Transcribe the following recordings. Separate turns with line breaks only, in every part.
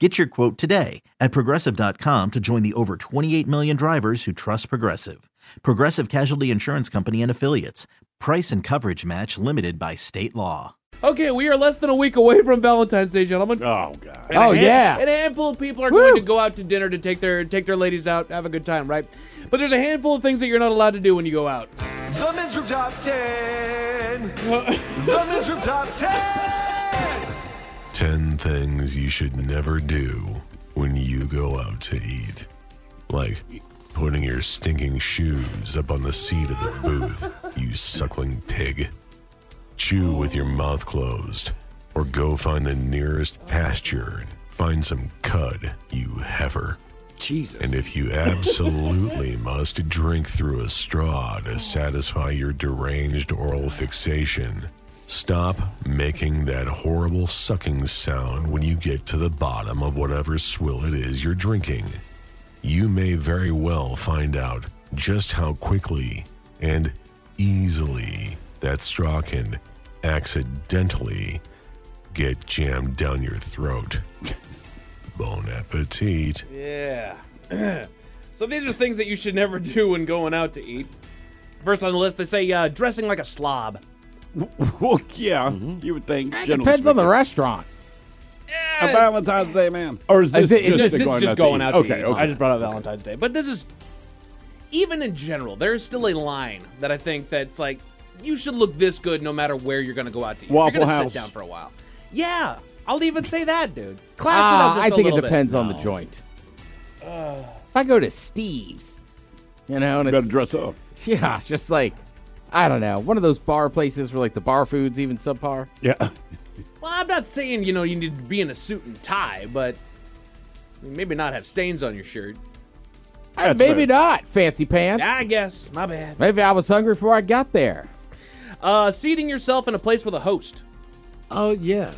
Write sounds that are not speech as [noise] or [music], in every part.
Get your quote today at progressive.com to join the over 28 million drivers who trust Progressive. Progressive Casualty Insurance Company and Affiliates. Price and coverage match limited by state law.
Okay, we are less than a week away from Valentine's Day, gentlemen.
Oh god.
And a
Oh,
hand-
yeah.
And a handful of people are
Woo.
going to go out to dinner to take their take their ladies out, have a good time, right? But there's a handful of things that you're not allowed to do when you go out.
The men's room top 10. the men's room top 10.
10 things you should never do when you go out to eat. Like putting your stinking shoes up on the seat of the booth, you suckling pig. Chew with your mouth closed, or go find the nearest pasture and find some cud, you heifer.
Jesus.
And if you absolutely must drink through a straw to satisfy your deranged oral fixation, stop making that horrible sucking sound when you get to the bottom of whatever swill it is you're drinking. You may very well find out just how quickly and easily that straw can accidentally get jammed down your throat. Bon appetit.
Yeah. so these are things that you should never [laughs] do when going out to eat. First on the list, they say uh, dressing like a slob.
well, yeah,
Mm-hmm.
you would think.
It
generally
depends on the
speaking.
restaurant.
A Valentine's Day man, or is this
Is it- is
just,
this,
the
this is
going,
just
out
going
to
out
eat?
to
okay,
eat.
Okay,
I just brought up Valentine's Day, but this is even in general. There is still a line that I think that's like you should look this good no matter where you're going to go out to eat. If
Waffle
you're gonna
House.
Sit down for a while. Yeah, I'll even say that, dude. Class it up
Ah,
just
I
a
think it
little bit.
depends on the joint. if I go to Steve's, you know, and
better
it's
dress up.
yeah, just like I don't know, one of those bar places where like the bar food's even subpar.
Yeah,
Well, I'm not saying you know you need to be in a suit and tie, but maybe not have stains on your shirt.
[laughs]
Uh,
That's
Maybe
fair.
not fancy pants.
I guess my bad.
Maybe I was hungry before I got there.
Uh, seating yourself in a place with a host.
Oh yeah.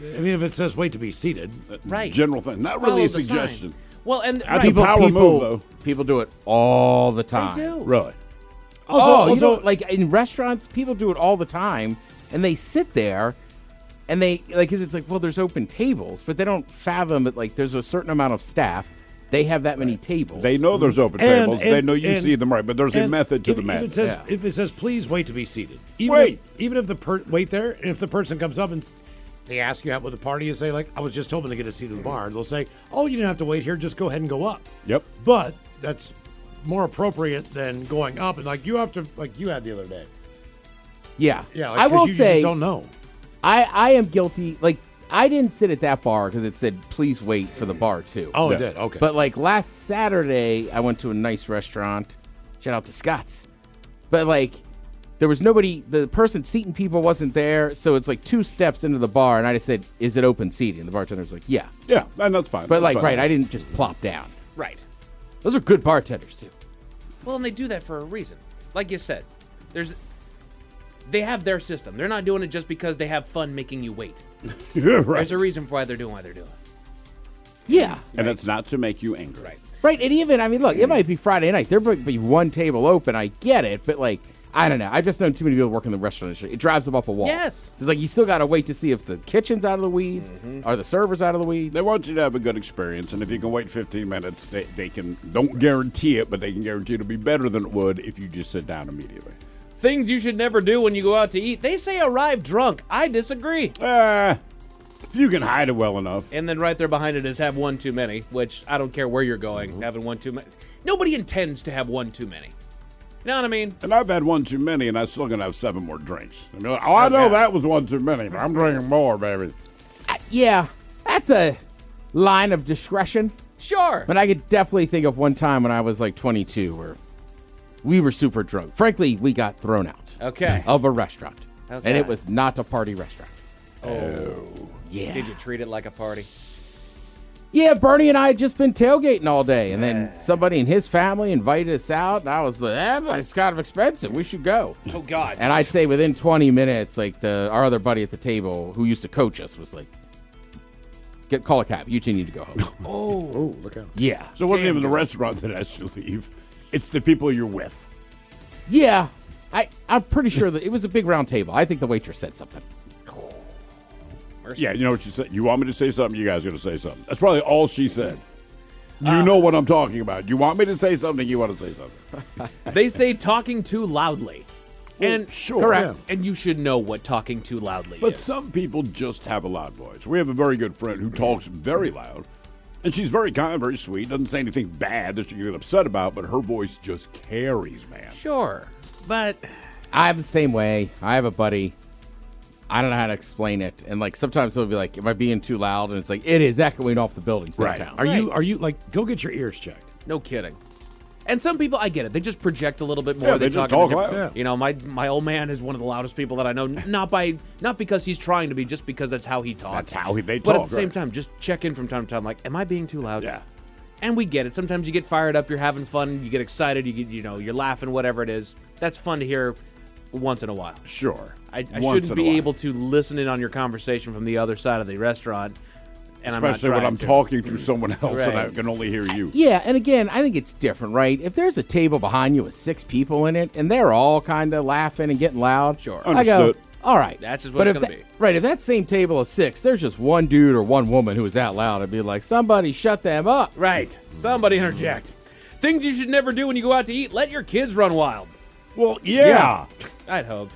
I mean, if it says wait to be seated,
Right.
general thing. Not
Follow
really a
the sign.
suggestion.
Well, and
I
right.
think Power move,
people,
though.
people do it all the time.
they do.
Really?
Also,
Oh,
Also,
you know,
also
like in restaurants, people do it all the time, and they sit there, and they like, 'cause it's like, well, there's open tables, but they don't fathom that like there's a certain amount of staff. They have that many tables.
they know
Mm-hmm.
there's open
And-
tables.
and-
they know you
and-
see them right, but there's a
and
method to
if,
the
If
madness.
it says
Yeah.
if it says please wait to be seated, even
Wait.
if, even if the per- wait there, and if the person comes up and s- they ask you out with a party, you say like, I was just hoping to get a seat at the bar. They'll say, Oh, you didn't have to wait here. Just go ahead and go up.
Yep.
But that's more appropriate than going up and like you have to like you had the other day.
Yeah,
Yeah, like,
I
'cause
will
you, you
say,
just don't know.
I I am guilty. Like I didn't sit at that bar because it said please wait for the bar too.
Oh,
Yeah.
it did. Okay.
But like last Saturday, I went to a nice restaurant. Shout out to Scott's. But like, there was nobody. The person seating people wasn't there, so it's like two steps into the bar, and I just said, "Is it open seating?" And the bartender was like, "Yeah."
yeah, and that's fine.
But
that's
like,
fine.
right, I didn't just plop down.
Right.
Those are good bartenders too.
Well, and they do that for a reason. Like you said, there's they have their system. They're not doing it just because they have fun making you wait.
You're [laughs] right.
There's a reason for why they're doing what they're doing. it.
Yeah.
and it's not to make you angry.
Right.
Right, and even I mean, look, it might be Friday night. There might be one table open. I get it, but like, I don't know. I've just known too many people working in the restaurant industry. It drives them up a wall.
Yes.
it's like you still got to wait to see if the kitchen's out of the weeds, are the servers out of the weeds?
They want you to have a good experience, and if you can wait 15 minutes, they, they can don't guarantee it, but they can guarantee it'll be better than it would if you just sit down immediately.
Things you should never do when you go out to eat. They say arrive drunk. I disagree.
Uh, If you can hide it well enough.
And then right there behind it is have one too many, which I don't care where you're going, having one too many. Nobody intends to have one too many. You know what I mean?
And I've had one too many, and I'm still gonna have seven more drinks. I mean, like, oh, I know that was one too many, but I'm drinking more, baby.
Yeah, that's a line of discretion.
Sure.
But I could definitely think of one time when I was like 22 where we were super drunk. Frankly, we got thrown out
Okay. [laughs]
of a restaurant. And
Okay.
it was not a party restaurant. Oh.
Did
Yeah.
you treat it like a party?
Yeah, Bernie and I had just been tailgating all day. And then somebody in his family invited us out. And I was like, eh, but it's kind of expensive. We should go.
Oh God.
And I'd say within 20 minutes, like the our other buddy at the table who used to coach us was like, "Get call a cab. You two need to go home."
Oh, look out.
yeah,
So it wasn't even the restaurant that has to leave. It's the people you're with.
yeah. I I'm pretty sure that it was a big round table. I think the waitress said something.
Yeah, you know what you said. You want me to say something? You guys are gonna say something. That's probably all she said. You know what I'm talking about. You want me to say something? You want to say something?
they say talking too loudly. And
sure.
correct. And you should know what talking too loudly
But
is.
some people just have a loud voice. We have a very good friend who talks very loud, and she's very kind, very sweet. Doesn't say anything bad that she can get upset about, but her voice just carries, man.
sure. But
I'm the same way. I have a buddy. I don't know how to explain it. And like sometimes he'll be like, "Am I being too loud?" And it's like it is echoing off the buildings
Right.
downtown.
Are you, are you, like, go get your ears checked.
no kidding. And some people, I get it. They just project a little bit more.
Yeah, they just
in a
talk
different-
loud.
You know, my my old man is one of the loudest people that I know. Not by not because he's trying to be, just because that's how he talks.
That's how he- they
But at
talk,
the same
right.
time, just check in from time to time. Like, am I being too loud?
Yeah.
And we get it. Sometimes you get fired up, you're having fun, you get excited, you get you know, you're laughing, whatever it is. That's fun to hear once in a while.
Sure.
I, I shouldn't
Once in a
be
while.
able to listen in on your conversation from the other side of the restaurant. And
especially
I'm not
when
trying
I'm
to. Mm.
talking to someone else and I
Right.
can only hear you.
Yeah, and again, I think it's different, right? If there's a table behind you with six people in it and they're all kind of laughing and getting loud,
Sure.
I go,
Understood.
all right,
That's just what it's
if
gonna
tha-
be.
Right, if that same table of six, there's just one dude or one woman who is that loud, I'd be like, somebody shut them up.
Right. Somebody interject. Things you should never do when you go out to eat. Let your kids run wild.
Well, yeah.
I'd hope.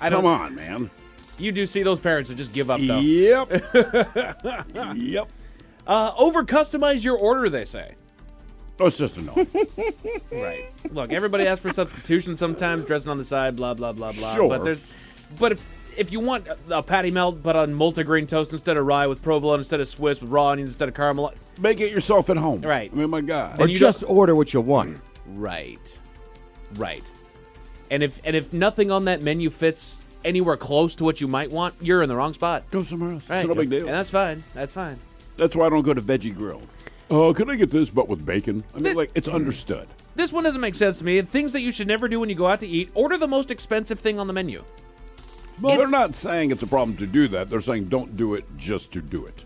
I don't.
Come on, man.
You do see those parents that just give up though.
Yep.
[laughs]
yep.
Uh, over customize your order. They say.
Oh, it's just a no.
Right. Look, everybody asks for substitution sometimes, dressing on the side, blah blah blah blah.
Sure.
But there's, but if, if you want a- a patty melt, but on multigrain toast instead of rye, with provolone instead of Swiss, with raw onions instead of caramel.
Make it yourself at home.
Right.
I mean, my God.
Or
you
just order what you want.
Right. Right. And if and if nothing on that menu fits anywhere close to what you might want, you're in the wrong spot.
go somewhere else.
Right.
It's no big
And
deal.
that's fine. That's fine.
That's why I don't go to Veggie Grill. Oh, could I get this but with bacon? I mean,
Th-
like, it's understood.
This one doesn't make sense to me. Things that you should never do when you go out to eat. Order the most expensive thing on the menu.
Well, they're not saying it's a problem to do that. They're saying don't do it just to do it.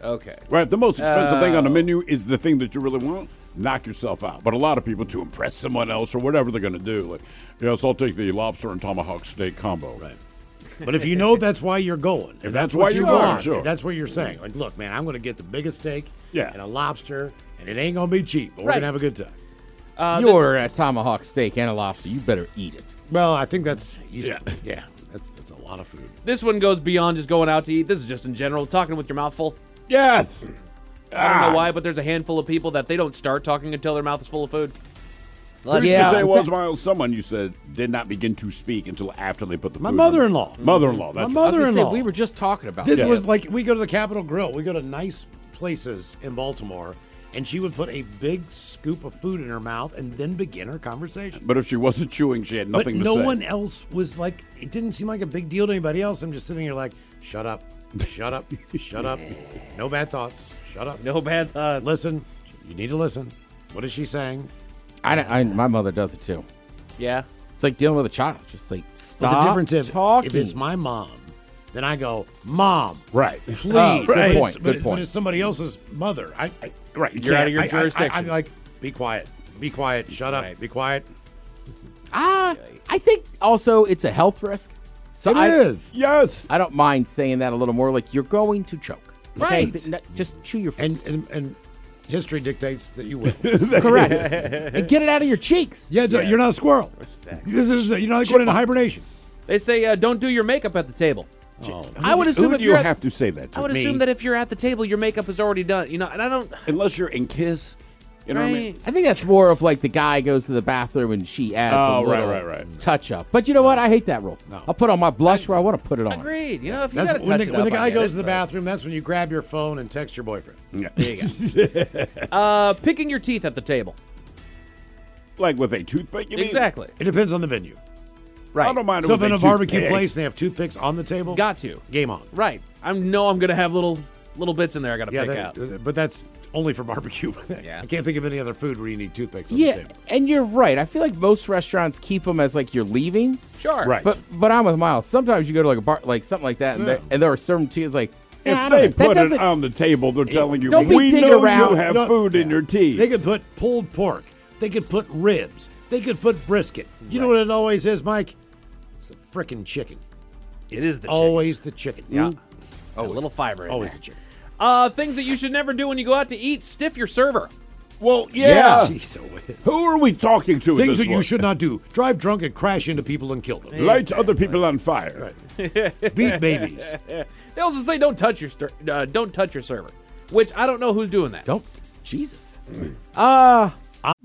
Okay.
Right? The most expensive thing on
Oh.
the menu is the thing that you really want. Knock yourself out. But a lot of people, to impress someone else or whatever they're going to do, like, yes, I'll take the lobster and tomahawk steak combo. Right.
But if you know that's why you're going, if
that's
what
why
you
you're going,
want,
sure.
if that's what you're saying. Like, look, man, I'm going to get the biggest steak
Yeah.
and a lobster, and it ain't going to be cheap, but we're
Right.
going to have a good time.
Uh,
you order a tomahawk steak and a lobster, you better eat it.
Well, I think that's easy.
Yeah.
[laughs] yeah, that's that's a lot of food.
This one goes beyond just going out to eat. This is just in general talking with your mouth full.
Yes.
I don't know why, but there's a handful of people that they don't start talking until their mouth is full of food.
Who's to
Yeah,
say
I'm
was
sa-
Miles someone you said did not begin to speak until after they put the
My
food on.
mother-in-law.
Mother-in-law.
My
That's right.
I was gonna
mother-in-law.
say, we were just talking about
This
that.
was like we go to the Capitol Grill. We go to nice places in Baltimore, and she would put a big scoop of food in her mouth and then begin her conversation.
But if she wasn't chewing, she had nothing
but
to
no
say.
one else was like. It didn't seem like a big deal to anybody else. I'm just sitting here like, shut up, shut up, shut [laughs] up. No bad thoughts. Shut up.
No bad thought.
Uh, Listen. You need to listen. What is she saying?
I, don't- I, my mother does it too.
Yeah.
It's like dealing with a child. Just like
But
stop
the difference if,
talking.
if it's my mom, then I go, mom,
Right.
please.
Oh, good
But it's-
point,
But,
good
it-
point.
But it's somebody else's mother. I, I
Right. You
You're
can't-
out of your
I- I-
jurisdiction.
I, am like, be quiet, be quiet, shut up, be quiet.
Ah, I think also it's a health risk. So
It
I,
is.
Yes.
I don't mind saying that a little more. Like you're going to choke. Okay?
Right.
Th- n- Just chew your food.
And, and and history dictates that
[laughs]
you will.
Correct.
[laughs]
and get it out of your cheeks.
yeah, d- you're not a squirrel. This is you're not going into hibernation.
They say uh, don't do your makeup at the table. I would assume
Who
if
do
you're
you
at-
have to say that to?
I would
Me?
assume that if you're at the table, your makeup is already done. You know, and I don't.
unless you're in Kiss, you know what I mean?
Right.
I think that's more of like the guy goes to the bathroom and she adds
Oh,
a
right,
little
right, right.
touch up. But you know what? I hate that rule. I'll put on my blush where I want to put it on.
Agreed. You know, if you
That's
gotta touch
when the,
it
when the
up, I
guy
get it,
goes to the
but-
bathroom. That's when you grab your phone and text your boyfriend.
There you go.
Uh, picking your teeth at the table.
[laughs] like with a toothpick, you mean?
Exactly.
It depends on the venue.
I don't mind. it
So if
with
in a barbecue
toothpick.
place and they have toothpicks on the table,
Got to.
game on.
Right. I know I'm gonna have little little bits in there. I gotta
Yeah,
pick
that,
out.
uh, but that's only for barbecue. [laughs]
Yeah.
I can't think of any other food where you need toothpicks on the
Yeah,
table.
and you're right. I feel like most restaurants keep them as like you're leaving.
Sure.
Right.
But but I'm with Miles. Sometimes you go to like a bar, like something like that, and, there, and there are certain teas like "Nah, I
If
don't
they
know. That
put it
doesn't-
on the table, they're telling you,
don't be
we
digging
know you
around."
have
No,
food in your teeth.
They could put pulled pork. They could put ribs. They could put brisket. You know what it always is, Mike? It's the frickin' chicken.
It is the
always the chicken. Yeah.
chicken. A little fiber. In
Always
there.
the chicken.
Uh, things that you should never do when you go out to eat: stiff your server.
well, yeah.
Jeez, oh, it is.
Who are we talking to? at
Things
this
that you
point?
should not do. Drive drunk and crash into people and kill them.
light other people on fire.
[laughs]
Beat babies.
They also say don't touch your stir- uh, don't touch your server, which I don't know who's doing that.
Don't.
Jesus.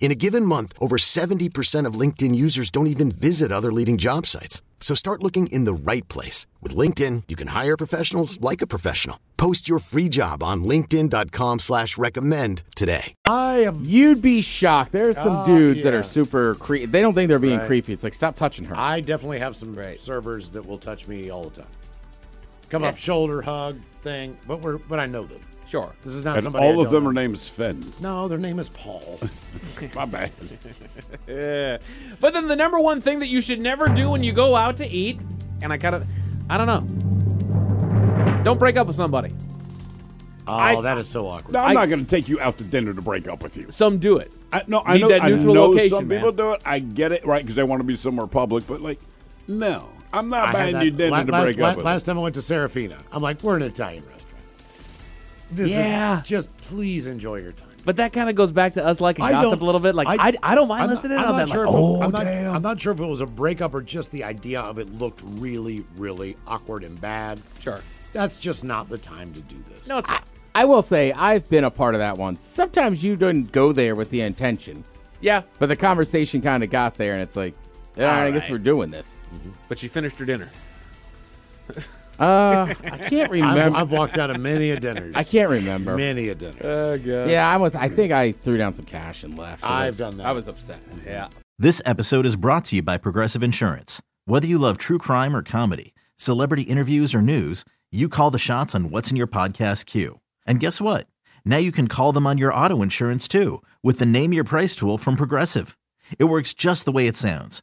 In a given month, over 70% of LinkedIn users don't even visit other leading job sites. So start looking in the right place. With LinkedIn, you can hire professionals like a professional. Post your free job on linkedin.com/recommend slash recommend today.
I am.
You'd be shocked. There are some
Oh,
dudes that
yeah.
are super creepy. They don't think they're being
Right.
creepy. It's like stop touching her.
I definitely have some servers that will touch me all the time. Come up, shoulder hug thing, but we're but I know them.
Sure.
This is not
And
somebody. I
all of
don't
them are
know.
named Sven.
No, their name
[laughs]
is Paul.
My bad.
But then the number one thing that you should never do when you go out to eat, and I kind of, I don't know. Don't break up with somebody.
Oh, that is so awkward.
No, I'm
I-
not going to take you out to dinner to break up with you.
Some do it.
I, no, I
Need
know.
that neutral
I know
location,
some
man.
people do it. I get it, right? Because they want to be somewhere public. But like, no, I'm not
I had
buying
that
you dinner
la-
to
last,
break
la-
up with.
last time I went to Serafina, I'm like, we're an Italian restaurant. This
Yeah.
is just please enjoy your time.
But that kind of goes back to us liking gossip a little bit. Like I, I, don't mind
I'm not-
listening.
I'm
I'm,
not
then
sure
like,
if it-
oh
I'm not,
damn.
I'm not sure if it was a breakup or just the idea of it looked really, really awkward and bad.
Sure.
That's just not the time to do this.
No, it's not.
I will say I've been a part of that one. Sometimes you didn't go there with the intention,
Yeah.
but the conversation kind of got there, and it's like, all right, I guess we're doing this.
But she finished her dinner.
Uh, I can't
I've,
remember.
I've walked out of many a dinners.
I can't remember.
Many a dinners.
Yeah, I'm with. I think I threw down some cash and left. 'cause I
I've
was-
done that.
I was upset. Yeah.
This episode is brought to you by Progressive Insurance. Whether you love true crime or comedy, celebrity interviews or news, you call the shots on what's in your podcast queue. And guess what? Now you can call them on your auto insurance too with the Name Your Price tool from Progressive. It works just the way it sounds.